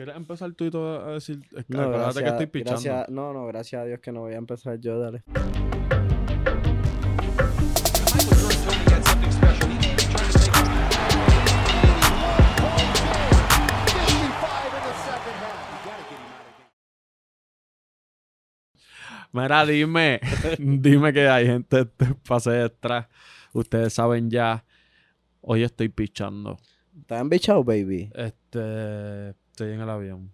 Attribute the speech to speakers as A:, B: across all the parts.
A: ¿Quieres empezar tú y todo a decir? Es que
B: No,
A: acuérdate que
B: gracias,
A: estoy pichando.
B: gracias- no, no, gracias a Dios que no voy a empezar yo, dale.
A: Mira, dime, dime que hay gente de pase detrás. Ustedes saben ya, hoy estoy pichando.
B: ¿Estás embichado, baby?
A: Este, estoy en el avión.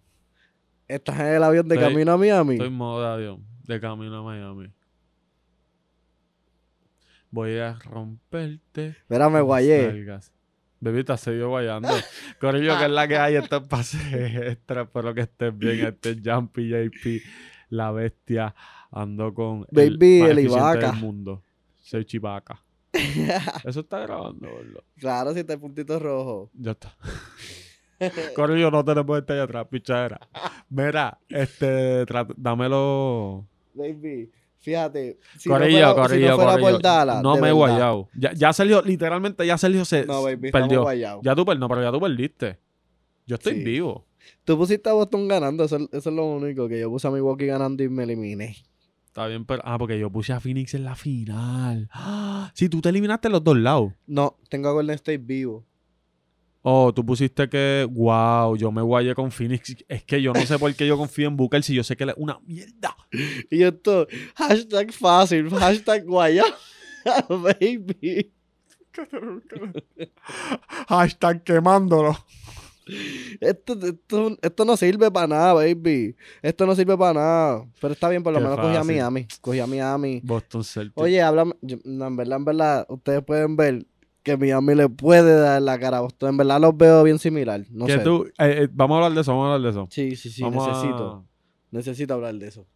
B: ¿Estás en el avión de
A: Estoy-
B: camino a Miami?
A: Estoy en modo de avión, de camino a Miami. Voy a romperte.
B: Espérame,
A: las
B: guayé.
A: nalgas. Bebita se vio guayando. Corillo, que es la que hay, este pase extra. Espero que estés bien. Este es Jumpy JP, la bestia. Ando con
B: Baby,
A: más
B: el
A: eficiente
B: Ibaka.
A: del mundo. Soy Chivaca. Eso está grabando, boludo.
B: claro, si está el puntito rojo.
A: Ya está. Corillo, no tenemos este allá atrás, pichadera. Mira, este, tra- dámelo.
B: Baby, fíjate. Si
A: corillo,
B: no fuera, si
A: corillo,
B: no fuera
A: corillo.
B: por Dallas,
A: no
B: de
A: me he
B: verdad.
A: guayado. Ya, ya Sergio, literalmente, ya Sergio se
B: No, baby, estamos
A: perdió.
B: guayados.
A: Ya tú, per- no, pero ya tú perdiste. Yo estoy
B: Sí.
A: vivo.
B: Tú pusiste a Boston ganando, eso, eso es lo único que yo puse a Milwaukee ganando y me eliminé.
A: Está bien, pero. Ah, porque yo puse a Phoenix en la final. Si tú te eliminaste en los dos lados.
B: No, tengo a Golden State vivo.
A: Oh, tú pusiste que. Wow, yo me guayé con Phoenix. Es que yo no sé por qué yo confío en Booker si yo sé que él es una mierda.
B: Y yo estoy, hashtag fácil, hashtag guayado, baby.
A: Hashtag quemándolo.
B: Esto, esto, esto no sirve para nada, baby. Esto no sirve para nada. Pero está bien, por lo
A: Qué
B: menos cogí a
A: fácil.
B: Miami. Cogí a Miami.
A: Boston Celtics.
B: Oye, háblame. yo- no, en verdad, en verdad, ustedes pueden ver que Miami le puede dar la cara a Boston. En verdad los veo bien similar. No
A: Que
B: sé.
A: tú- eh, eh, vamos a hablar de eso, vamos a hablar de eso.
B: Sí, sí, sí.
A: Vamos a-
B: necesito. Necesito hablar de eso.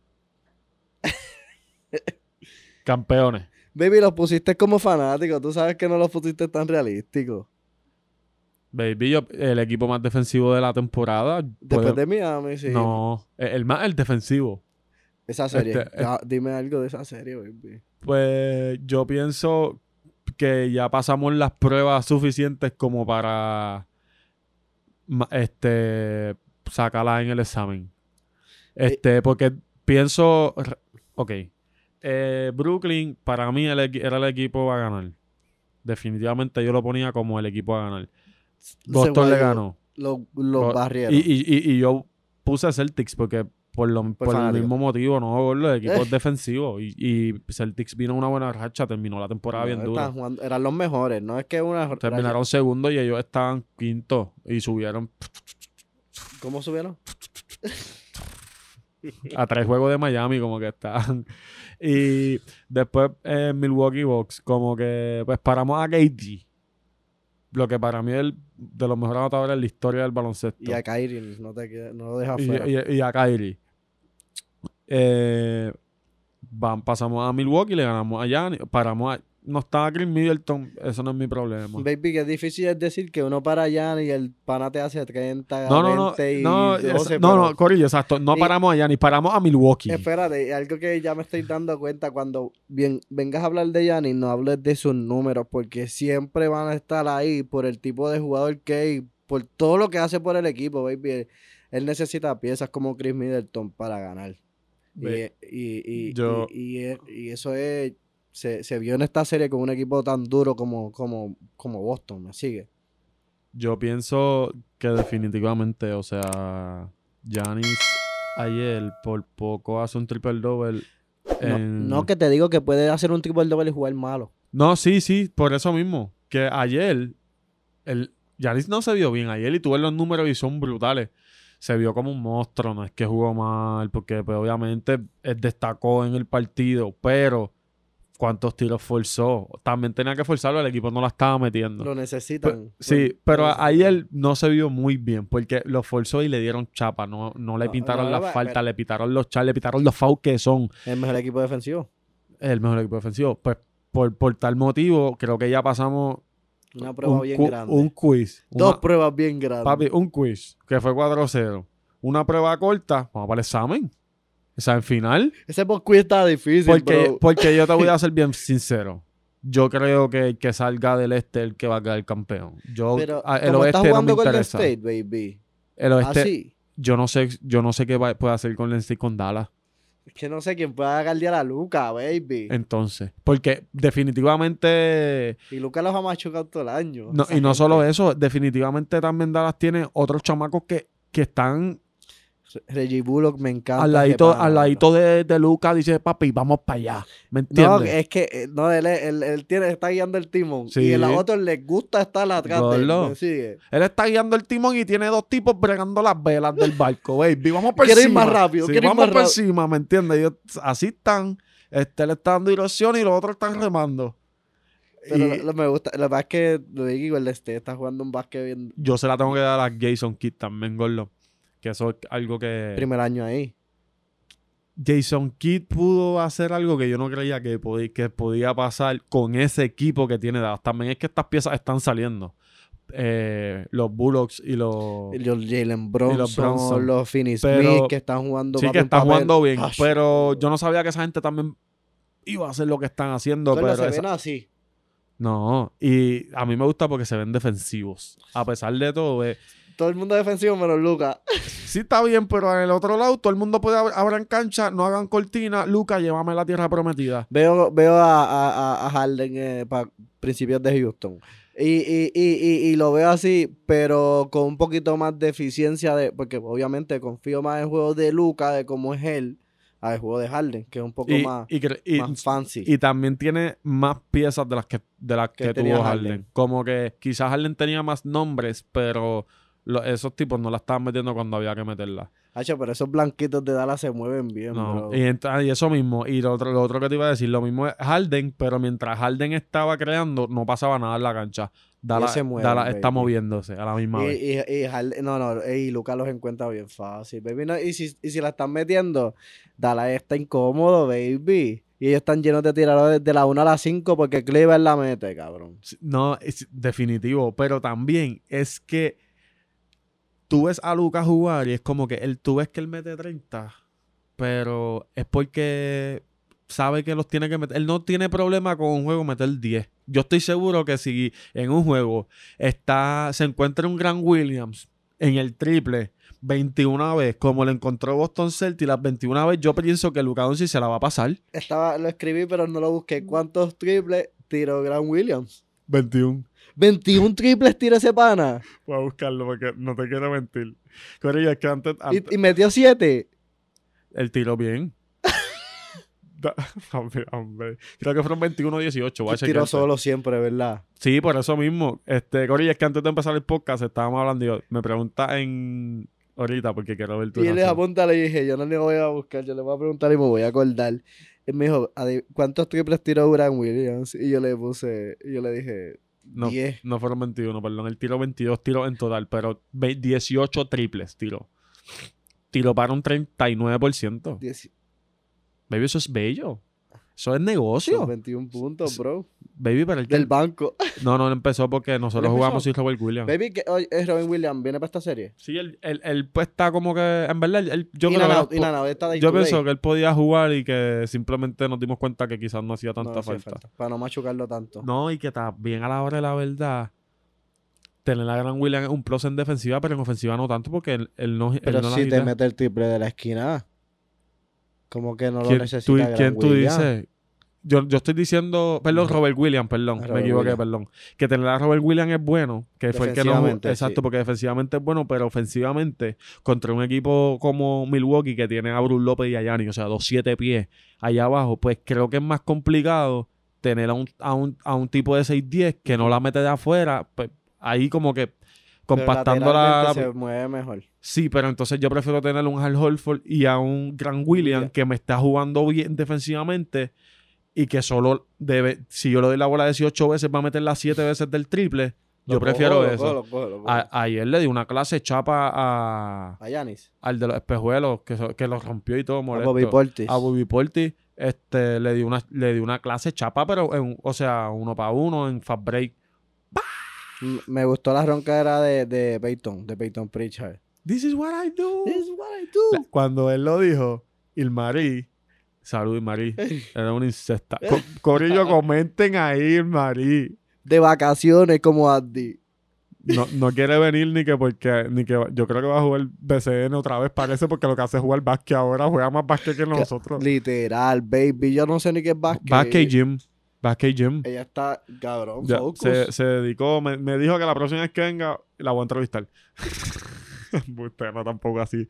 A: Campeones.
B: Baby, los pusiste como fanáticos. Tú sabes que no los pusiste tan realísticos.
A: Baby, yo- el equipo más defensivo de la temporada.
B: Después
A: puede-
B: de Miami, sí.
A: No, el, el más el defensivo.
B: Esa serie.
A: Este,
B: Ah, Dime algo de esa serie, baby.
A: Pues yo pienso que ya pasamos las pruebas suficientes como para ma- este sacarla en el examen. Este, porque pienso, r- ok, eh, Brooklyn para mí el equi- era el equipo a ganar. Definitivamente yo lo ponía como el equipo a ganar. Boston le
B: guayó.
A: ganó.
B: Los,
A: Lo-
B: los barrieron.
A: Y, y- y- y yo puse a Celtics porque por, lo, por el
B: fanático.
A: mismo motivo, no, por los equipos defensivos. Y, y Celtics vino una buena racha, terminó la temporada
B: No,
A: bien dura.
B: estaban jugando- eran los mejores, no es que una.
A: Terminaron segundo y ellos estaban quinto y subieron
B: ¿Cómo subieron?
A: a tres juegos de Miami, como que estaban. Y después eh, Milwaukee Bucks, como que pues paramos a KD. Lo que para mí es el- de los mejores anotadores en la historia del baloncesto.
B: Y a Kyrie, no, te queda- no lo dejas
A: y,
B: fuera.
A: y- y a Kyrie. Eh, van, pasamos a Milwaukee, le ganamos a Giannis, paramos a... No estaba Chris Middleton, eso no es mi problema.
B: Baby, que difícil es decir que uno para allá y el pana te hace 30,
A: No, no, no,
B: 20 y
A: no,
B: 12,
A: esa- no,
B: pero-
A: no, Corillo, exacto, no
B: Y-
A: paramos a Giannis, paramos a Milwaukee.
B: Espérate, algo que ya me estoy dando cuenta cuando bien, vengas a hablar de Giannis, no hables de sus números, porque siempre van a estar ahí por el tipo de jugador que es, por todo lo que hace por el equipo, baby. Él, él necesita piezas como Chris Middleton para ganar. Y,
A: Ve,
B: y- y-
A: yo-
B: y- y- y eso es, se, se vio en esta serie con un equipo tan duro como, como, como Boston, ¿me sigue?
A: Yo pienso que definitivamente, o sea, Giannis ayer por poco hace un triple double.
B: No, no que te digo que puede hacer un triple doble y jugar malo.
A: No, sí, sí, por eso mismo. Que ayer, el Yanis no se vio bien ayer y tuve los números y son brutales. Se vio como un monstruo, no es que jugó mal, porque pues, obviamente él destacó en el partido, pero ¿cuántos tiros forzó? También tenía que forzarlo, el equipo no la estaba metiendo.
B: Lo necesitan.
A: sí,
B: Lo-
A: pero
B: lo
A: a-
B: necesitan.
A: ayer no se vio muy bien, porque lo forzó y le dieron chapa, no, no le
B: No,
A: pintaron
B: no,
A: la
B: pero-
A: falta, le pitaron los char, le pitaron los fouls que son
B: El mejor equipo defensivo.
A: el mejor equipo defensivo. Pues por, por tal motivo, creo que ya pasamos
B: Una prueba
A: un,
B: bien
A: cu-
B: grande.
A: un quiz.
B: Dos
A: Una-
B: pruebas bien grandes.
A: papi, un quiz que fue 4-0. Una prueba corta, vamos para el examen. Examen final.
B: Ese postquiz está difícil,
A: Porque,
B: bro.
A: porque yo te voy a ser bien sincero. Yo creo que el que salga del este es el que va a quedar campeón. Yo,
B: Pero
A: a- el
B: como estás
A: oeste no me
B: jugando Golden Ah,
A: interesa.
B: State, baby.
A: El oeste,
B: Así.
A: yo no sé, yo no sé qué va- puede hacer con Lindsay con Dallas.
B: Es que no sé quién pueda guardiar a Luca, baby.
A: Entonces, porque definitivamente
B: Y Luca los ha machucado todo el año.
A: No,
B: Esa
A: y no
B: gente.
A: solo eso, definitivamente también Dallas tiene otros chamacos que, que están
B: Re- Reggie Bullock me encanta.
A: al
B: ese
A: ladito,
B: pana,
A: al ladito de, de Luca, dice papi, vamos para allá. ¿Me
B: mano. No,
A: entiendes?
B: es que eh, no, él, es- él- él tiene, está guiando el timón.
A: Sí.
B: Y a los otros les gusta estar atrás de él.
A: Gordo.
B: ¿me sigue?
A: Él está guiando el timón y tiene dos tipos bregando las velas del barco, baby. Vamos por
B: Quiero ir
A: encima.
B: más rápido,
A: Sí,
B: quiero ir
A: vamos
B: más
A: por
B: rápido.
A: encima, ¿me entiendes? Ellos así están. Este le está dando dirección y los otros están remando.
B: Pero
A: Y
B: lo, lo- me gusta, lo que pasa es que Luigi el este está jugando un básquet bien
A: yo se la tengo que dar a Jason Kidd también, Gordo. Que eso es algo que.
B: primer año ahí.
A: Jason Kidd pudo hacer algo que yo no creía que, podí- que podía pasar con ese equipo que tiene Dallas. También es que estas piezas están saliendo. Eh, los Bullocks y los...
B: Los Jalen Bronson, los,
A: Bronson.
B: Finney
A: Pero-
B: Smith que están jugando
A: Sí
B: papi,
A: que
B: un
A: están
B: papel.
A: jugando bien,
B: Ash,
A: pero yo no sabía que esa gente también iba a hacer lo que están haciendo.
B: Gordo,
A: Pero
B: se
A: esa-
B: ven así.
A: No, y a mí me gusta porque se ven defensivos. A pesar de todo, eh,
B: Todo el mundo defensivo menos Luca.
A: sí está bien, pero en el otro lado todo el mundo puede ab- abran cancha, no hagan cortina. Luca, llévame a la tierra prometida.
B: Veo, veo a, a- a- a Harden para principios de Houston. Y, y, y, y, y lo veo así, pero con un poquito más de eficiencia, de, porque obviamente confío más en el juego de Luca, de cómo es él, al juego de Harden, que es un poco
A: Y,
B: más,
A: y cre- y-
B: más fancy.
A: Y también tiene más piezas de las que, de las que,
B: Que tenía
A: tuvo Harden.
B: Harden.
A: Como que quizás Harden tenía más nombres, pero lo- esos tipos no la estaban metiendo cuando había que meterla.
B: Hacho, pero esos blanquitos de Dallas se mueven bien,
A: No.
B: bro.
A: Y, ent- y eso mismo. Y lo otro, lo otro que te iba a decir, lo mismo es Harden, pero mientras Harden estaba creando, no pasaba nada en la cancha. Dallas,
B: se mueven,
A: Dallas está
B: baby.
A: moviéndose a la misma vez.
B: Y, y, y Harden- no, no, y Lucas los encuentra bien fácil, baby. No, y, si, y si la están metiendo, Dallas está incómodo, baby. Y ellos están llenos de tiradores de la 1 a la 5 porque Cleveland la mete, cabrón.
A: Sí, No, es definitivo. Pero también es que tú ves a Lucas jugar y es como que él, tú ves que él mete 30, pero es porque sabe que los tiene que meter. Él no tiene problema con un juego meter 10. Yo estoy seguro que si en un juego está, se encuentra un Gran Williams en el triple 21 veces, como lo encontró Boston Celtics las 21 veces, yo pienso que Lucas Doncic se la va a pasar.
B: Estaba, lo escribí, pero no lo busqué. ¿Cuántos triples tiró Grant Williams?
A: 21.
B: 21 triples tiró ese pana.
A: Voy a buscarlo porque no te quiero mentir. Corillo, es que antes,
B: Y,
A: antes-
B: y metió 7.
A: el tiro bien. Da- hombre, hombre. Creo que fueron 21-18. voy a pues.
B: Tiró
A: chequearte.
B: solo siempre, ¿verdad?
A: Sí, por eso mismo. Este, Corillo, es que antes de empezar el podcast estábamos hablando. y yo- me pregunta en ahorita porque quiero ver tu
B: Y él les
A: reacción.
B: apunta, le dije, yo no le voy a buscar, yo le voy a preguntar y me voy a acordar. Él me dijo, "Adi- ¿cuántos triples tiró Grant Williams? Y yo le puse, y yo le dije,
A: No,
B: 10.
A: no fueron 21, perdón. El tiro 22 tiros en total, pero ve- 18 triples tiro. Tiro para un 39%.
B: Dieci-
A: Baby, eso es bello. Eso es negocio.
B: son 21 puntos,
A: Sí.
B: bro.
A: Baby, pero el que-
B: Del banco.
A: No, no, él empezó porque nosotros
B: ¿Él empezó?
A: jugamos sin Robert Williams.
B: Baby, que hoy es Robin Williams, viene para esta serie.
A: Sí, él, él, él, pues está como que. En verdad, él- él- yo
B: y
A: creo
B: la
A: que
B: nao-
A: era-
B: y la nao- está de
A: Yo
B: Kool-Aid.
A: pienso que él podía jugar y que simplemente nos dimos cuenta que quizás no hacía tanta
B: No hacía
A: falta.
B: falta, Para no machucarlo tanto.
A: No, y que también a la hora de la verdad, tener a Gran William es un plus en defensiva, pero en ofensiva no tanto porque él, él no. él
B: Pero
A: no la
B: si te
A: agita.
B: mete el triple de la esquina, como que no lo
A: ¿Quién,
B: necesita.
A: tú,
B: Grant
A: quién tú
B: Williams.
A: dices? Yo, yo estoy diciendo, perdón, Robert Williams, perdón,
B: Ah,
A: me
B: Robert
A: equivoqué,
B: Williams.
A: perdón. Que tener a Robert Williams es bueno, que fue el que no.
B: Defensivamente,
A: Exacto,
B: sí.
A: porque defensivamente es bueno, pero ofensivamente, contra un equipo como Milwaukee que tiene a Bruce López y a Yanni, o sea, dos siete pies allá abajo, pues creo que es más complicado tener a un, a un, a un tipo de 6'10 que no la mete de afuera, pues, ahí como que
B: Pero
A: compactando la,
B: lateralmente Se mueve mejor.
A: Sí, pero entonces yo prefiero tener un Al Holford y a un Gran William
B: Ya.
A: que me está jugando bien defensivamente y que solo debe, si yo le doy la bola 18 veces, va a meterla 7 veces del triple. yo
B: Lo cojo,
A: prefiero
B: lo
A: eso. Ah,
B: cojo, lo cojo, lo cojo.
A: A- ayer le di una clase chapa a,
B: A Yanis.
A: al de los espejuelos que, so- que lo rompió y todo
B: A
A: molesto.
B: Bobby Portis.
A: A Bobby Portis. Este, le di una, le di una clase chapa, pero en- o sea, uno para uno en fast break.
B: M- Me gustó la roncadera de, de Peyton, de Peyton Pritchard.
A: This is what I do.
B: This is what I do.
A: La- Cuando él lo dijo, Ilmarí, salud Ilmarí, era una insecta. Co- corillo, comenten ahí, Ilmarí.
B: De vacaciones como Andy.
A: no, no quiere venir ni que porque ni que yo creo que va a jugar BCN otra vez parece porque lo que hace es jugar básquet ahora juega más básquet que nosotros
B: Literal, baby. Yo no sé ni qué es básquet.
A: básquet gym básquet gym
B: Ella está, cabrón,
A: Ya,
B: focus.
A: se, se dedicó me, me dijo que la próxima vez que venga la voy a entrevistar Usted no tampoco así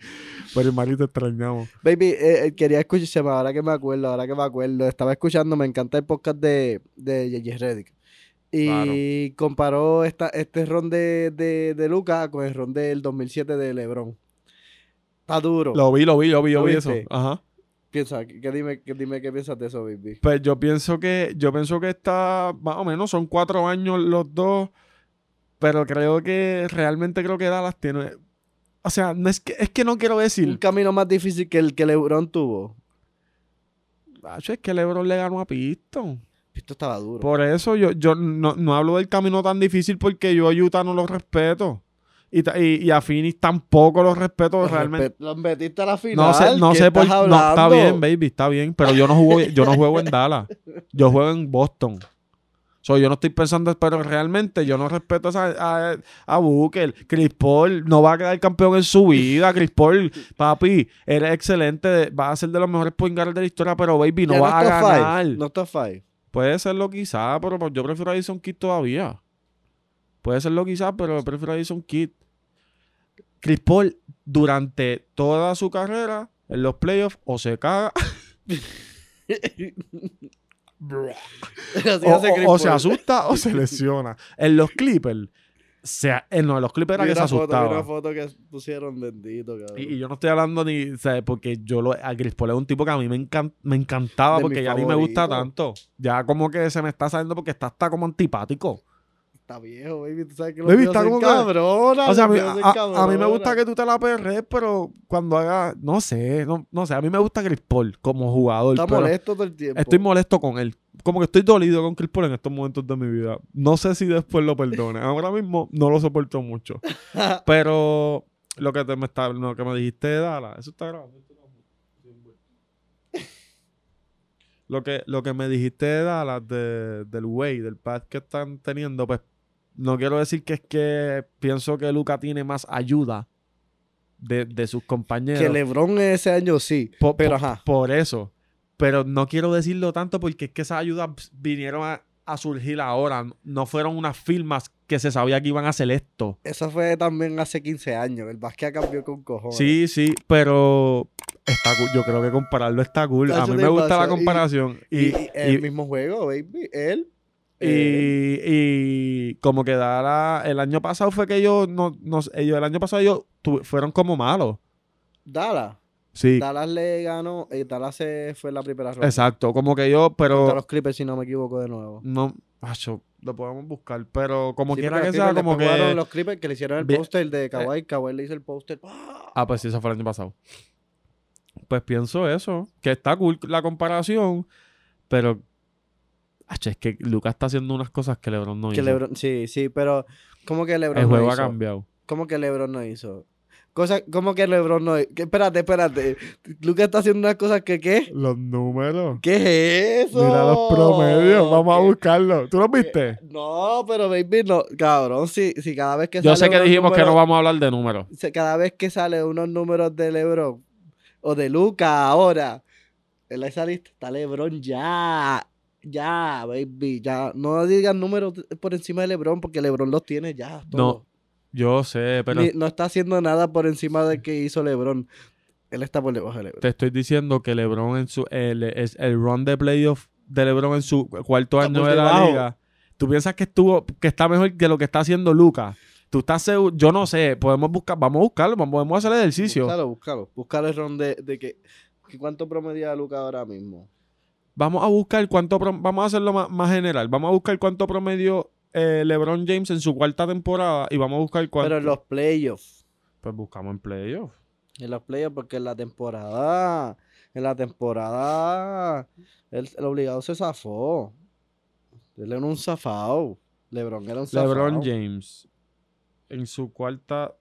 A: pero Mari te extrañamos
B: Baby, eh, eh, quería escucharse más, ahora que me acuerdo, ahora que me acuerdo. Estaba escuchando, me encanta el podcast de, de J.J. Reddick. Y comparó esta, este ron de, de, de Luca con el ron del 2007 de LeBron. Está duro.
A: lo vi lo vi yo vi yo
B: ¿Lo
A: vi eso
B: viste?
A: ajá
B: Piensa, que, que dime, que dime qué piensas de eso, baby.
A: Pues yo pienso que, yo pienso que está, más o menos, son cuatro años los dos, pero creo que realmente creo que Dallas tiene. O sea, no es que, es que no quiero
B: Un
A: decir.
B: camino más difícil que el que LeBron tuvo.
A: "Acho, es que LeBron le ganó a Piston.
B: Esto estaba duro.
A: Por eso yo, yo no, no hablo del camino tan difícil porque yo a Utah no lo respeto. Y, ta- y, y a Phoenix tampoco lo respeto
B: Los
A: realmente.
B: respet- Los metiste a la final.
A: No sé, no
B: ¿qué
A: sé por
B: estás
A: No, está
B: hablando?
A: bien, baby, está bien. Pero yo no juego, yo no juego en Dallas. Yo juego en Boston. So, yo no estoy pensando, pero realmente yo no respeto a, a, a Booker. Chris Paul no va a quedar campeón en su vida. Chris Paul, papi, eres excelente. Va a ser de los mejores point guards de la historia, pero baby, no
B: Ya
A: vas a
B: está
A: ganar.
B: Five. No está five.
A: Puede serlo quizá, pero pues, yo prefiero a Jason Kidd todavía. Puede serlo quizá, pero prefiero a Jason Kidd. Chris Paul, durante toda su carrera, en los playoffs, o se caga,
B: Así
A: o,
B: hace
A: o-
B: Chris
A: o se
B: Paul.
A: asusta o se lesiona. En los Clippers, se, en no, en los Clippers era
B: Vi
A: que se
B: una foto, vi
A: asustaba.
B: una foto que pusieron bendito, cabrón.
A: Y, y yo no estoy hablando ni, ¿sabes? Porque yo lo, a Chris Paul es un tipo que a mí me, encan- me encantaba
B: De
A: porque
B: mis
A: ya ni me gusta
B: favoritos.
A: tanto. Ya como que se me está saliendo porque está hasta como antipático.
B: Está viejo, baby. Tú sabes que
A: Baby,
B: los
A: está
B: está
A: como
B: como
A: que-
B: cabrona.
A: O sea, a mí,
B: los míos
A: a-
B: son
A: a- a mí me gusta
B: cabronas.
A: que tú te la perres, pero cuando haga, no sé, no, no sé, a mí me gusta Chris Paul como jugador.
B: Está
A: pero
B: molesto todo el tiempo.
A: estoy molesto con él. Como que estoy dolido con Chris Paul en estos momentos de mi vida. No sé si después lo perdone. Ahora mismo no lo soporto mucho. Pero lo que, te me, está, lo que me dijiste de Dallas, eso está grabado. Lo que, lo que me dijiste de Dallas, de- del way, del pad que están teniendo, pues no quiero decir que es que pienso que Luca tiene más ayuda de, de sus compañeros.
B: Que LeBron ese año sí.
A: Po-
B: Pero
A: po-
B: ajá.
A: Por eso. Pero no quiero decirlo tanto porque es que esas ayudas ps- vinieron a, a surgir ahora. No fueron unas firmas que se sabía que iban a hacer esto.
B: Eso fue también hace 15 años. El básquet cambió con cojones.
A: Sí, sí, pero está cool. yo creo que compararlo está cool. A
B: Tacho,
A: mí
B: te
A: me gusta
B: pasa.
A: la
B: Y-
A: comparación. Y,
B: Y, y el
A: y-
B: mismo juego, baby. Él. eh,
A: y- y como que da la- el año pasado fue que ellos, no, no sé, ellos el año pasado ellos tu- fueron como malos.
B: Dallas.
A: Sí,
B: Dallas le ganó. eh, Dallas se fue en la primera ronda.
A: exacto. Como que ellos,
B: Contra
A: pero
B: los Clippers, si no me equivoco, de nuevo.
A: no, macho, lo podemos buscar. Pero como
B: Sí,
A: quiera
B: porque
A: que
B: los
A: sea,
B: Clippers
A: como
B: después jugaron
A: que. eh,
B: los Clippers que le hicieron el
A: Bien.
B: póster de Kawhi. Kawhi le hizo el póster.
A: Ah, pues sí, eso fue el año pasado. Pues pienso eso, que está cool la comparación, pero. Acho, es que Lucas está haciendo unas cosas que LeBron no
B: Que
A: hizo.
B: LeBron, sí, sí, pero como que LeBron
A: El
B: no
A: juego ha
B: hizo?
A: cambiado.
B: ¿Cómo que LeBron no hizo? Cosa, ¿Cómo que LeBron no hizo? Espérate, espérate. Lucas está haciendo unas cosas que qué?
A: Los números.
B: ¿Qué es eso? ¿Qué?
A: buscarlos. ¿Tú los
B: Eh, No, pero baby, no. Cabrón, si, si cada vez que
A: Yo sé
B: sale
A: que
B: unos
A: dijimos que no
B: números-
A: vamos a hablar de números.
B: si- Cada vez que sale unos números de LeBron o de Lucas ahora, en esa lista está LeBron ya. Ya, baby, ya. No digas números por encima de LeBron porque LeBron los tiene ya. todos.
A: Yo sé, pero
B: Ni- no está haciendo nada por encima del que hizo LeBron. Él está por debajo de LeBron.
A: te estoy diciendo que LeBron en su el, es- el run de playoff de LeBron en su cuarto
B: Está
A: año
B: por
A: de la
B: debajo.
A: liga. ¿Tú piensas que estuvo que está mejor que lo que está haciendo Lucas? Tú estás seguro, yo no sé, podemos buscar, vamos a buscarlo, vamos- podemos hacer el ejercicio.
B: Búscalo, búscalo. Búscalo el ron de, de que, que cuánto promedia Luca ahora mismo.
A: Vamos a buscar cuánto, prom- vamos a hacerlo más, más general, vamos a buscar cuánto promedio eh, LeBron James en su cuarta temporada y vamos a buscar cuánto
B: Pero en los playoffs.
A: Pues buscamos en playoff.
B: En los playoffs, porque en la temporada. En la temporada. El, el obligado se zafó. Él era un zafado. LeBron era un zafado.
A: LeBron James, en su cuarta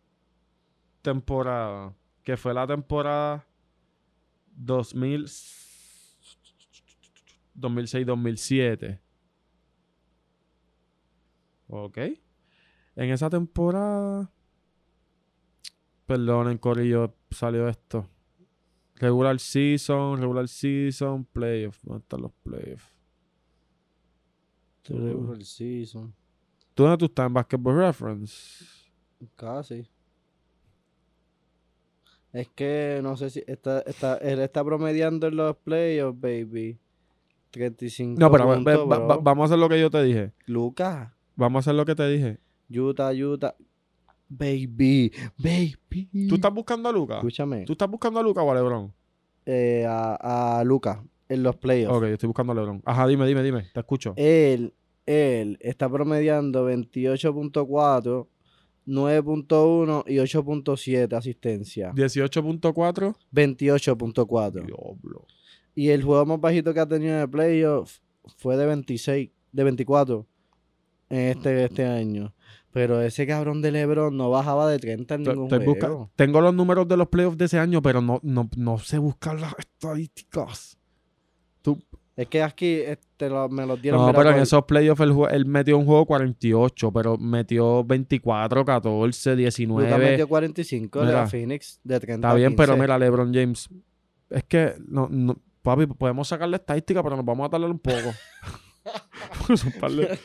A: temporada, que fue la temporada 2000, 2006-2007. Ok. En esa temporada. Perdonen, Corillo, salió esto. Regular season, regular season, playoff. ¿Dónde están los playoffs?
B: Regular season.
A: ¿Tú dónde tú estás en Basketball Reference?
B: Casi. Es que no sé si está, está, él está promediando en los playoffs, baby. 35.
A: No, pero ve- ve-
B: puntos,
A: va-
B: bro.
A: va- vamos a hacer lo que yo te dije.
B: Lucas,
A: Vamos a hacer lo que te dije.
B: Utah, Utah. Baby, baby.
A: ¿Tú estás buscando a Lucas?
B: Escúchame.
A: ¿Tú estás buscando a Lucas o a Lebron?
B: eh, a, a Lucas en los playoffs.
A: Ok, yo estoy buscando a Lebron. Ajá, dime, dime, dime. Te escucho.
B: Él, él está promediando 28.4, 9.1 y 8.7 asistencia.
A: 18.4.
B: 28.4.
A: Diablo.
B: Y el juego más bajito que ha tenido en el playoff fue de 26, de 24 en este, este año. Pero ese cabrón de LeBron no bajaba de 30 en
A: Estoy-
B: ningún
A: estoy busca-
B: juego.
A: Tengo los números de los playoffs de ese año, pero no, no, no sé buscar las estadísticas.
B: Es que aquí este, lo- me los dieron.
A: No,
B: mira,
A: pero en
B: por-
A: esos playoffs él, jue- él metió un juego 48, pero metió 24, 14,
B: Luka
A: 19.
B: metió 45 de
A: Mira.
B: la Phoenix de 30
A: Está bien, pero
B: 15.
A: mira, LeBron James. Es que, no, no, papi, podemos sacar la estadística, pero nos vamos a tardar un poco. Por su parte.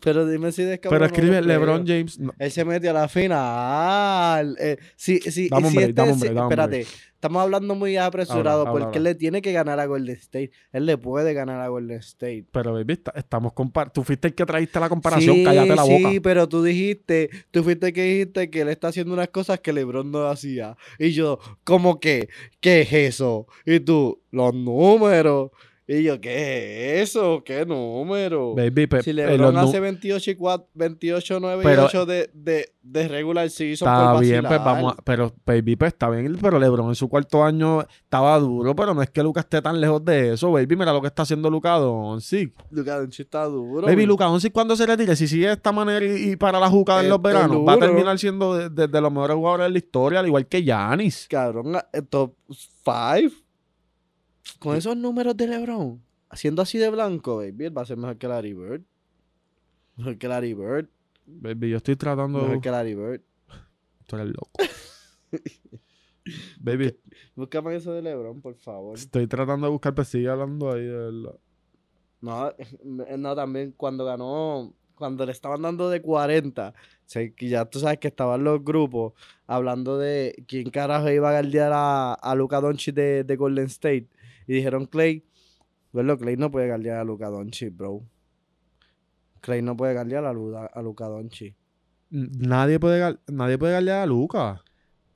B: Pero dime si descabrón
A: pero
B: o no
A: escribe
B: los
A: LeBron
B: playoffs.
A: James. no,
B: Él se metió a la final. Eh, sí, sí,
A: Dame
B: y
A: un
B: si
A: break,
B: este-
A: dame un
B: si-
A: break, dame un
B: espérate, estamos hablando muy apresurado
A: Habla, habla,
B: porque él le tiene que ganar a Golden State. Él le puede ganar a Golden State.
A: pero, baby, está- estamos comparando. Tú fuiste el que trajiste la comparación,
B: sí,
A: cállate la boca.
B: Sí, pero tú dijiste, tú fuiste el que dijiste que él está haciendo unas cosas que LeBron no hacía. Y yo, ¿cómo que? ¿Qué es eso? Y tú, los números. Y yo, ¿qué es eso? ¿Qué número?
A: Baby, pe-
B: Si
A: eh,
B: LeBron
A: los nu-
B: hace 28 y 4, 28, 9 y
A: Pero-
B: 8 de, de, de regular season
A: Está
B: por
A: bien, pues
B: vacilar.
A: vamos a- Pero, baby, pues está bien. Pero LeBron en su cuarto año estaba duro, pero no es que Lucas esté tan lejos de eso, baby. Mira lo que está haciendo Lucas Doncic.
B: Luka Doncic está duro.
A: Baby,
B: güey.
A: Lucas Doncic, cuando se retire? Si sigue de esta manera y, y para la juca en los
B: Está
A: veranos, va a
B: Eh, duro.
A: terminar siendo de, de- de los mejores jugadores de la historia, al igual que Giannis.
B: Cabrón, a- eh, top 5. Con esos números de LeBron, haciendo así de blanco, baby, él va a ser mejor que Larry Bird. Mejor que Larry Bird.
A: Baby, yo estoy tratando de...
B: Mejor que Larry Bird.
A: Tú eres loco. baby,
B: Búscame eso de LeBron, por favor.
A: estoy tratando de buscar, pero sigue hablando ahí de verdad.
B: No, eh, no, también cuando ganó, cuando le estaban dando de 40, sé que ya tú sabes que estaban los grupos hablando de quién carajo iba a guardiar a, a Luka Doncic de, de Golden State. Y dijeron, Clay, bueno, Clay no puede guardiar a Luka Doncic, bro. Clay no puede guardiar a, Luda- a Luka Doncic.
A: N- Nadie puede, gal- nadie puede darle a Lucas.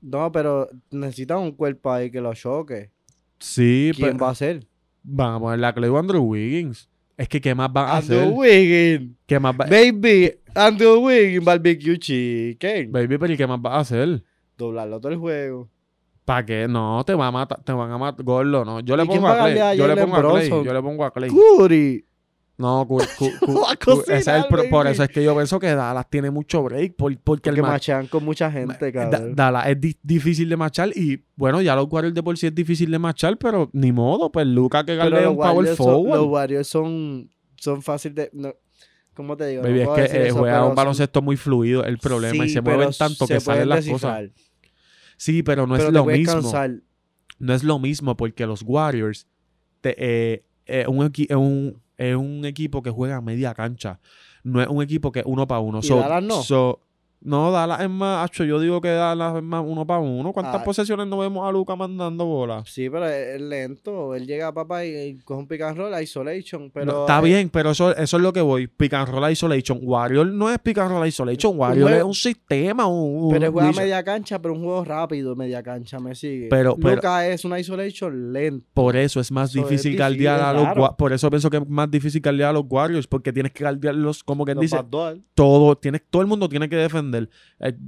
B: No, pero necesitan un cuerpo ahí que lo choque.
A: Sí,
B: ¿Quién
A: pero-
B: va a ser?
A: Van a ponerle a Clay o Andrew Wiggins. Es que, ¿qué más van a hacer?
B: Andrew Wiggins.
A: ¿Qué más va-
B: Baby, Andrew Wiggins, barbecue chicken.
A: Baby, pero ¿y qué más vas a hacer?
B: Doblarlo todo el juego.
A: ¿Para qué? No, te van a matar, te van a matar, gordo, no. Yo le
B: ¿Y quién
A: pongo
B: va
A: a
B: a darle a
A: Clay, yo le
B: Jalen
A: pongo a Clay,
B: Bronson?
A: yo le pongo a Clay.
B: Curry.
A: No, cu- cu- cu-
B: Va a
A: cu- ese
B: cocinar,
A: es el pro- por
B: baby.
A: eso es que yo pienso que Dallas tiene mucho break, por- porque el
B: Que
A: match,
B: machean con mucha gente,
A: Da-
B: cabrón.
A: Dallas es di- difícil de machar y bueno, ya los Warriors de por sí es difícil de machar, pero ni modo, pues Lucas que
B: Pero
A: gane
B: los
A: un power
B: Warriors, son, los
A: forward.
B: Warriors son, son fácil de... no, ¿Cómo te digo? No
A: Baby, es
B: puedo
A: que
B: decir
A: eh,
B: eso,
A: juega
B: pero
A: un baloncesto muy fluido, el
B: son-
A: problema, y
B: sí,
A: se
B: pero
A: mueven tanto que
B: se
A: salen
B: pueden
A: las cosas.
B: descifrar.
A: Sí, pero no
B: Pero
A: es
B: te
A: lo
B: puedes
A: mismo.
B: cansar.
A: No es lo mismo porque los Warriors te- eh, eh, un equi- es, un, es un equipo que juega a media cancha. No es un equipo que es uno para uno.
B: ¿Y Dallas no?
A: so- no, Dallas es más. acho, yo digo que Dallas es más uno para uno. ¿Cuántas
B: Ah.
A: posesiones no vemos a Luca mandando bola?
B: Sí, pero es es lento. Él llega a papá y, y coge un pick and roll, isolation, pero...
A: No, está
B: eh,
A: bien, pero eso, eso es lo que voy. Pick and roll isolation. Warrior no es pick and roll isolation. Warrior
B: juego-
A: es un sistema. un- un-
B: Pero él juega
A: dicho.
B: media cancha, pero un juego rápido, media cancha, me sigue.
A: Pero- pero-
B: Luka es una isolation lenta.
A: Por eso es más
B: Eso es
A: difícil
B: difícil,
A: caldear a los
B: claro.
A: Wa- Por eso pienso que es más difícil caldear a los Warriors, porque tienes que caldearlos, como quien
B: Los
A: dice,
B: backdoor.
A: todo, tienes, todo el mundo tiene que defender.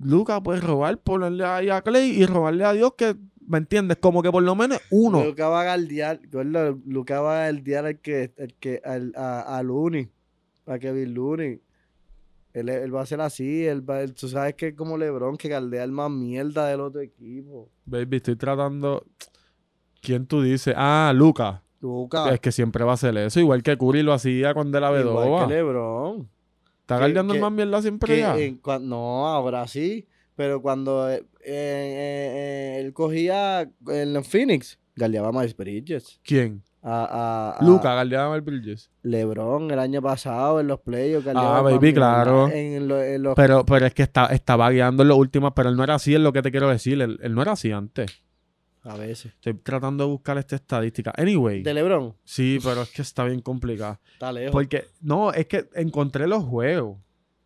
A: Lucas puede robar, ponerle ahí a Clay y robarle a Dios, que, ¿me entiendes? Como que por lo menos uno.
B: Luca va a galdear, gordo, Luca va a galdear al que, al que, al, a, a Looney, a Kevin Looney. Él, él va a ser así, él va, él- tú sabes que es como Lebron que galdea el más mierda del otro equipo.
A: Baby, estoy tratando. ¿Quién tú dices? Ah, Lucas.
B: Luca,
A: Es que siempre va a ser eso, igual que Curry lo hacía cuando era
B: Ah. igual
A: Bedoba.
B: que Lebron.
A: Está
B: que-
A: guardiando el
B: que-
A: más mierda siempre
B: que
A: ya.
B: en cua- no, ahora sí, pero cuando eh, eh, eh, eh, él cogía en Phoenix, galeaba a Miles Bridges.
A: ¿Quién?
B: A, a- a
A: Luca, guardiaba el Bridges.
B: LeBron el año pasado en los playoffs.
A: Ah,
B: galeaba más
A: baby,
B: mierda
A: claro.
B: En, lo- en los
A: Pero, pero es que está, estaba guiando en los últimos, pero él no era así, es lo que te quiero decir. Él, él no era así antes.
B: A veces.
A: Estoy tratando de buscar esta estadística. Anyway.
B: De LeBron.
A: Sí, pero es que está bien complicada.
B: Está lejos.
A: Porque, no, es que encontré los juegos.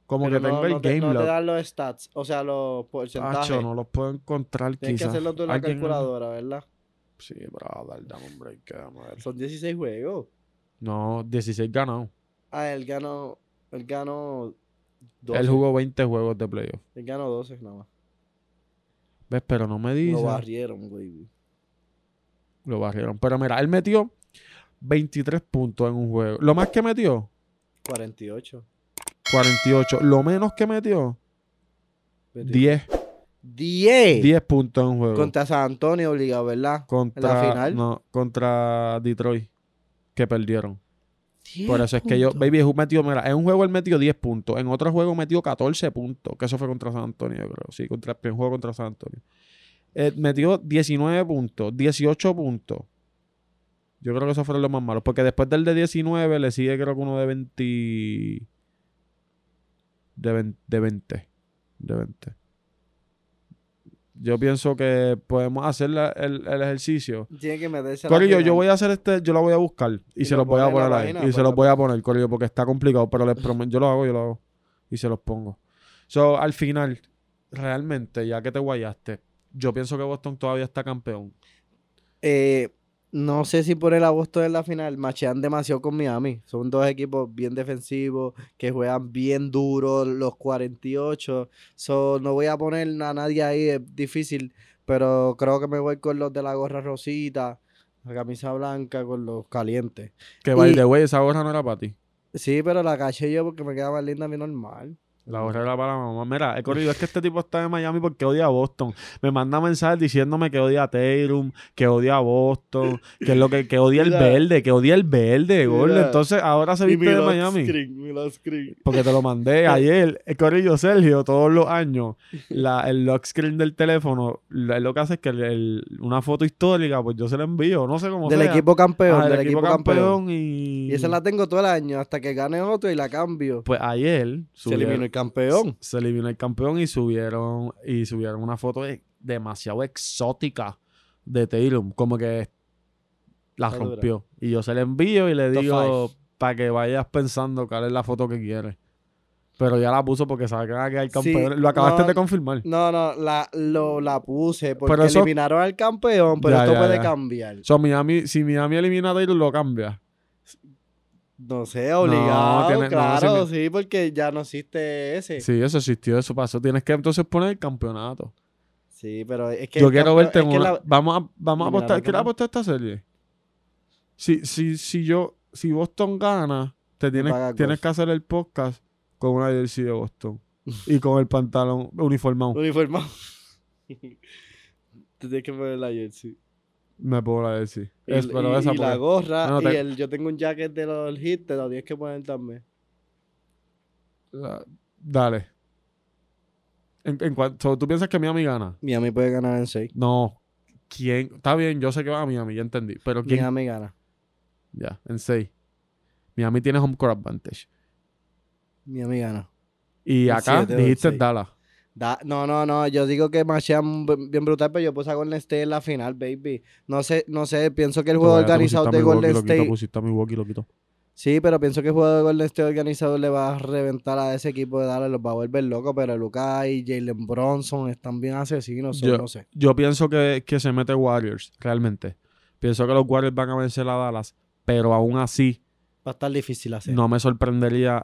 A: Como
B: Pero
A: que tengo
B: no,
A: el
B: no te-
A: game
B: No te
A: log.
B: dan los stats, o sea, los porcentajes.
A: Tacho, no los puedo encontrar
B: Tienes que
A: quizás.
B: hacerlo tú en la
A: Alguien-
B: calculadora, ¿verdad?
A: Sí, brother, dame un break, que vamos a ver.
B: Son 16 juegos.
A: No, 16 ganó.
B: Ah, él ganó. Él ganó. 12.
A: Él jugó 20 juegos de playoff.
B: Él ganó 12 nada más.
A: ¿Ves? Pero no me dice.
B: Lo barrieron, güey.
A: Lo barrieron. Pero mira, él metió 23 puntos en un juego. Lo más que metió,
B: 48.
A: 48. Lo menos que metió, 10.
B: 10.
A: 10 puntos en un juego.
B: Contra San Antonio obligado, ¿verdad?
A: Contra,
B: en la final.
A: No, contra Detroit. Que perdieron.
B: 10
A: Por eso es que yo,
B: puntos.
A: Baby Hood metió, mira, en un juego él metió 10 puntos, en otro juego metió 14 puntos, que eso fue contra San Antonio, yo creo, sí, contra el primer juego contra San Antonio. Eh, metió 19 puntos, 18 puntos. Yo creo que esos fueron los más malos, porque después del de 19 le sigue creo que uno de 20... De 20. De 20. De 20. Yo pienso que podemos hacer la- el- el ejercicio
B: Tiene que meterse a la
A: Corillo, yo
B: final.
A: voy a hacer este, yo lo voy a buscar y,
B: Y
A: se
B: lo
A: los voy a
B: pone en la
A: poner ahí.
B: página,
A: y
B: pues,
A: se los
B: lo
A: voy a poner, Corillo, porque está complicado, pero les prometo, yo lo hago, yo lo hago y se los pongo. So, al final, realmente, ya que te guayaste, yo pienso que Boston todavía está campeón.
B: Eh, no sé si poner a Boston en la final. Machean demasiado con Miami. Son dos equipos bien defensivos, que juegan bien duro, los 48. So, no voy a poner a nadie ahí, es difícil. Pero creo que me voy con los de la gorra rosita, la camisa blanca, con los calientes.
A: Que by
B: Y-
A: the way, esa gorra no era para ti.
B: Sí, pero la caché yo porque me queda más linda, mi normal.
A: La gorra era para la mamá. Mira, eh, Corillo, es que este tipo está en Miami porque odia a Boston. Me manda mensajes diciéndome que odia a Tatum, que odia a Boston, que es lo que, que odia el
B: Mira.
A: verde, que odia el verde, gordo.
B: Mira.
A: Entonces, ahora se viste de Miami. Porque te lo mandé ayer. El Corillo Sergio, todos los años, la, el lock screen del teléfono, la- él lo que hace es que el- el- una foto histórica, pues yo se la envío, no sé cómo
B: Del
A: sea.
B: equipo campeón,
A: Ah,
B: del equipo, campeón.
A: y...
B: Y esa la tengo todo el año, hasta que gane otro y la cambio.
A: Pues ayer
B: Se eliminó
A: subieron-
B: el campeón.
A: se eliminó el campeón y subieron y subieron una foto de- demasiado exótica de Taylor, como que la
B: Está dura.
A: rompió. Y yo se la envío y le
B: Top
A: digo para que vayas pensando cuál es la foto que quieres. Pero ya la puso porque sabe que va a quedar
B: Sí,
A: campeón. Lo acabaste
B: no,
A: de confirmar.
B: No, no, la, lo, la puse porque
A: Pero eso-
B: eliminaron al campeón, pero
A: Ya,
B: esto
A: ya,
B: puede
A: ya.
B: cambiar.
A: So, Miami, si Miami elimina a Taylor, lo cambia.
B: No sé, obligado,
A: tiene- no,
B: claro,
A: sí,
B: sí, porque ya no existe ese. Sí,
A: Sí, eso existió, eso pasó. Tienes que entonces poner el campeonato.
B: pero es que...
A: Yo
B: el
A: quiero
B: campeón-
A: verte en
B: es que
A: una-
B: la-
A: Vamos a, vamos a
B: Eliminaron
A: apostar.
B: al
A: ¿Quieres
B: campeón.
A: apostar esta serie? Si, si, si yo, si Boston gana, te
B: pagas
A: tienes, tienes
B: golf.
A: que hacer el podcast con una jersey de Boston. y con el pantalón uniformado.
B: Uniformado. Te tienes que poner la jersey.
A: Me pongo la jersey.
B: Y,
A: Es, pero
B: y-
A: esa
B: y la
A: porque-
B: gorra,
A: No, no,
B: y
A: te-
B: el, yo tengo un jacket de los hits, te lo tienes que poner también.
A: la- Dale. En, en cuanto, ¿Tú piensas que Miami gana?
B: Miami puede ganar en 6.
A: No. ¿Quién? Está bien, yo sé que va a Miami, ya entendí. Pero ¿quién
B: Miami gana.
A: Ya, en 6. Miami tiene home court advantage.
B: Miami gana.
A: Y
B: En
A: acá
B: siete o en
A: dijiste
B: seis.
A: Dallas.
B: Da- no, no, no, yo digo que machean b- bien brutal, pero yo puse a Golden State en la final, baby. No sé, no sé, pienso que el juego
A: Todavía te
B: organizado
A: pusiste a
B: de
A: Milwaukee,
B: Golden
A: lo quito,
B: State...
A: pusiste a Milwaukee, lo quito.
B: Sí, pero pienso que el juego de Golden State organizado le va a reventar a ese equipo de Dallas, los va a volver locos, pero Lucas y Jalen Bronson están bien asesinos, so
A: Yo-
B: no sé.
A: Yo pienso que, que se mete Warriors, realmente. Pienso que los Warriors van a vencer a Dallas, pero aún así
B: Va a estar difícil hacer.
A: no me sorprendería.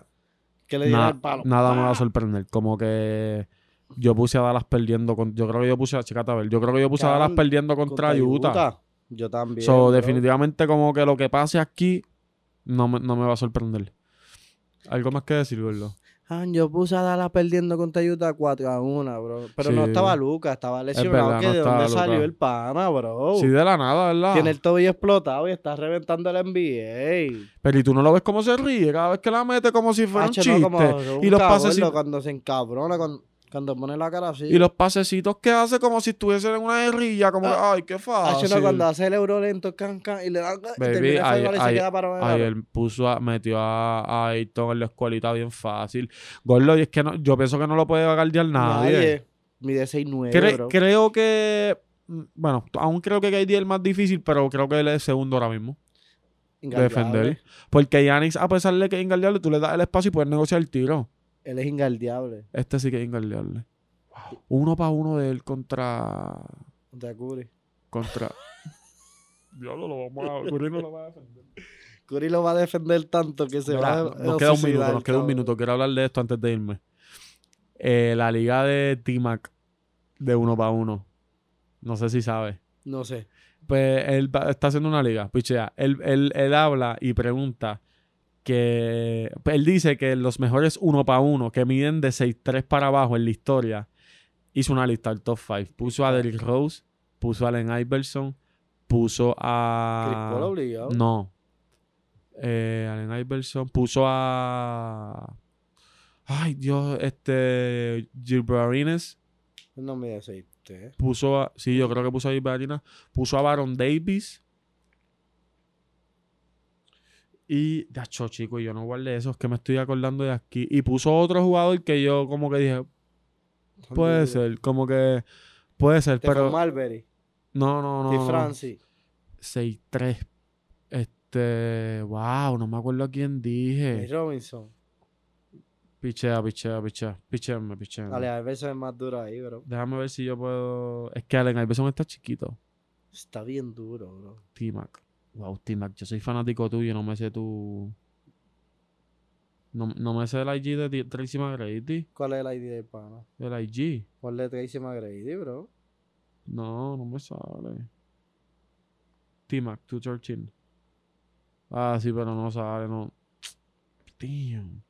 B: Que le dieran
A: na-
B: el palo. Ah.
A: nada me va
B: ¡Pah!
A: a sorprender. Como que yo puse a Dallas perdiendo. Con, yo creo que yo puse a Chicata ver. Yo creo que yo puse a Dallas
B: Cabrón,
A: perdiendo contra, Utah.
B: Yo también.
A: So,
B: bro.
A: definitivamente, como que lo que pase aquí no me, no me va a sorprender. ¿Algo más que decir, Gordo?
B: Ah, yo puse a Dallas perdiendo contra Utah 4 a 1, bro. Pero no
A: Sí.
B: estaba Lucas, estaba lesionado.
A: verdad,
B: que
A: no
B: ¿De
A: estaba
B: dónde
A: Luka.
B: salió el pana, bro?
A: Sí, de la nada, ¿verdad?
B: Oh. Tiene el tobillo explotado y está reventando el NBA.
A: Pero y tú no lo ves cómo se ríe cada vez que la mete como si fuera
B: Hacho,
A: un chiste.
B: no, como un
A: y los pases
B: cabrón,
A: sin-
B: cuando se encabrona, cuando, cuando pone la cara así.
A: Y los pasecitos que hace como si estuviesen en una guerrilla, como que,
B: Ah,
A: ay, qué
B: Hacho,
A: fácil.
B: no, cuando hace el euro lento, can, can, y le da... y
A: Baby,
B: termina esa
A: ayer-
B: bola y se
A: ayer-
B: queda parado en el aro.
A: Ayer puso a- metió a, a Ayton en la escuelita bien fácil. Gordo, y es que no- yo pienso que no lo puede guardiar nadie.
B: Mide 6'9,
A: Cre-
B: bro.
A: creo que. mm, Bueno, t- aún creo que KD es el más difícil, pero creo que él es el segundo ahora mismo. de
B: Ingardeable.
A: defender. Porque Yanis, a pesar de que es ingardeable, tú le das el espacio y puedes negociar el tiro.
B: Él es ingardeable.
A: Este sí que es ingardeable. Uno para uno de él contra.
B: De Curry.
A: Contra. Diablo, lo vamos a. Curry no lo va a defender.
B: Curry lo va a defender tanto que se
A: Mira,
B: va a...
A: nos queda un
B: suicidar,
A: minuto, nos queda un
B: cabrón.
A: minuto. Quiero hablar de esto antes de irme. Eh, la liga de T-Mac de uno para uno. No sé si sabes.
B: No sé.
A: Pues él va- está haciendo una liga, pichea. Él, él, él habla y pregunta que. pues, él dice que los mejores uno para uno que miden de 6-3 para abajo en la historia hizo una lista del top 5. Puso a Derrick Rose, puso a Allen Iverson, puso
B: Chris
A: a.
B: Paul obligado.
A: Ah, No. Eh, Allen Iverson puso a. Ay, Dios, este. Gilbertines.
B: No me aceite.
A: Puso a. Sí, yo creo que puso a Gilbertines. Puso a Baron Davis. Y. Dacho, chico, yo no guardé esos que me estoy acordando de aquí. Y puso otro jugador que yo, como que dije, puede ser, como que. Puede ser,
B: Pero...
A: pero.
B: Marbury.
A: No, no, no.
B: y
A: no.
B: Francis.
A: 6-3. Este. Wow, no me acuerdo a quién
B: Y
A: dije.
B: Robinson.
A: Pichea, pichea, pichea. Picheame, picheame.
B: Dale, a veces es más duro ahí, bro.
A: Déjame ver si yo puedo. Es que Allen Iverson está chiquito.
B: Está bien duro, bro.
A: T-Mac. Wow, T-Mac. Yo soy fanático tuyo. No me sé tu. No, no me sé el IG de T- Tracy McGrady.
B: ¿Cuál es el ID del pana?
A: El IG.
B: ¿Cuál es Tracy McGrady, bro?
A: No, no me sale. T-Mac, 213. Ah, sí, pero no sale, no. Damn.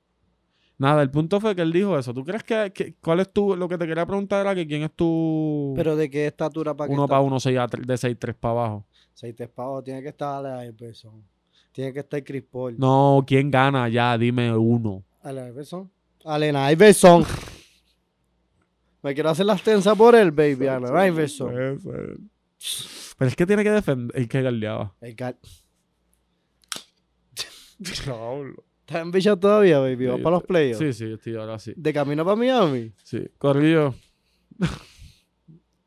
A: Nada, el punto fue que él dijo eso. ¿Tú crees que, que- cuál es tu. Lo que te quería preguntar era que quién es tu.
B: ¿Pero de qué estatura para que
A: uno para uno, seis a tre- de 6-3 para abajo.
B: Aceite pavo, tiene que estar Allen Iverson. Tiene que estar Chris Paul.
A: No, ¿quién gana? Ya, dime uno.
B: Allen Iverson. Allen Iverson. Me quiero hacer las tensas por él, baby. Allen Iverson.
A: Puede ser. Pero es que tiene que defender. El que galdeaba.
B: El gal- ¿Estás en bicho todavía, baby? ¿Vas
A: Sí,
B: para los playoffs?
A: Sí, sí, estoy ahora sí.
B: ¿De camino para Miami?
A: Sí, corrido.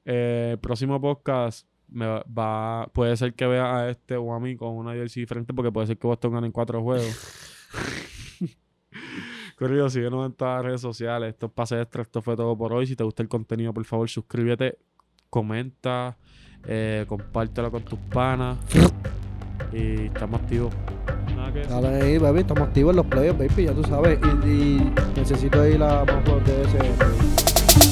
A: Eh, próximo podcast me va, va- puede ser que vea a este o a mí con una jersey diferente porque puede ser que Boston gane en cuatro juegos. corrido, síguenos en todas las redes sociales. Esto es Pase Extra, esto fue todo por hoy. Si te gusta el contenido, por favor, suscríbete, comenta, eh, compártelo con tus panas y estamos activos. Nada que decir.
B: Dale ahí, baby. Estamos activos en los playoffs, baby. Ya tú sabes. Y, y necesito ir a más juegos de ese.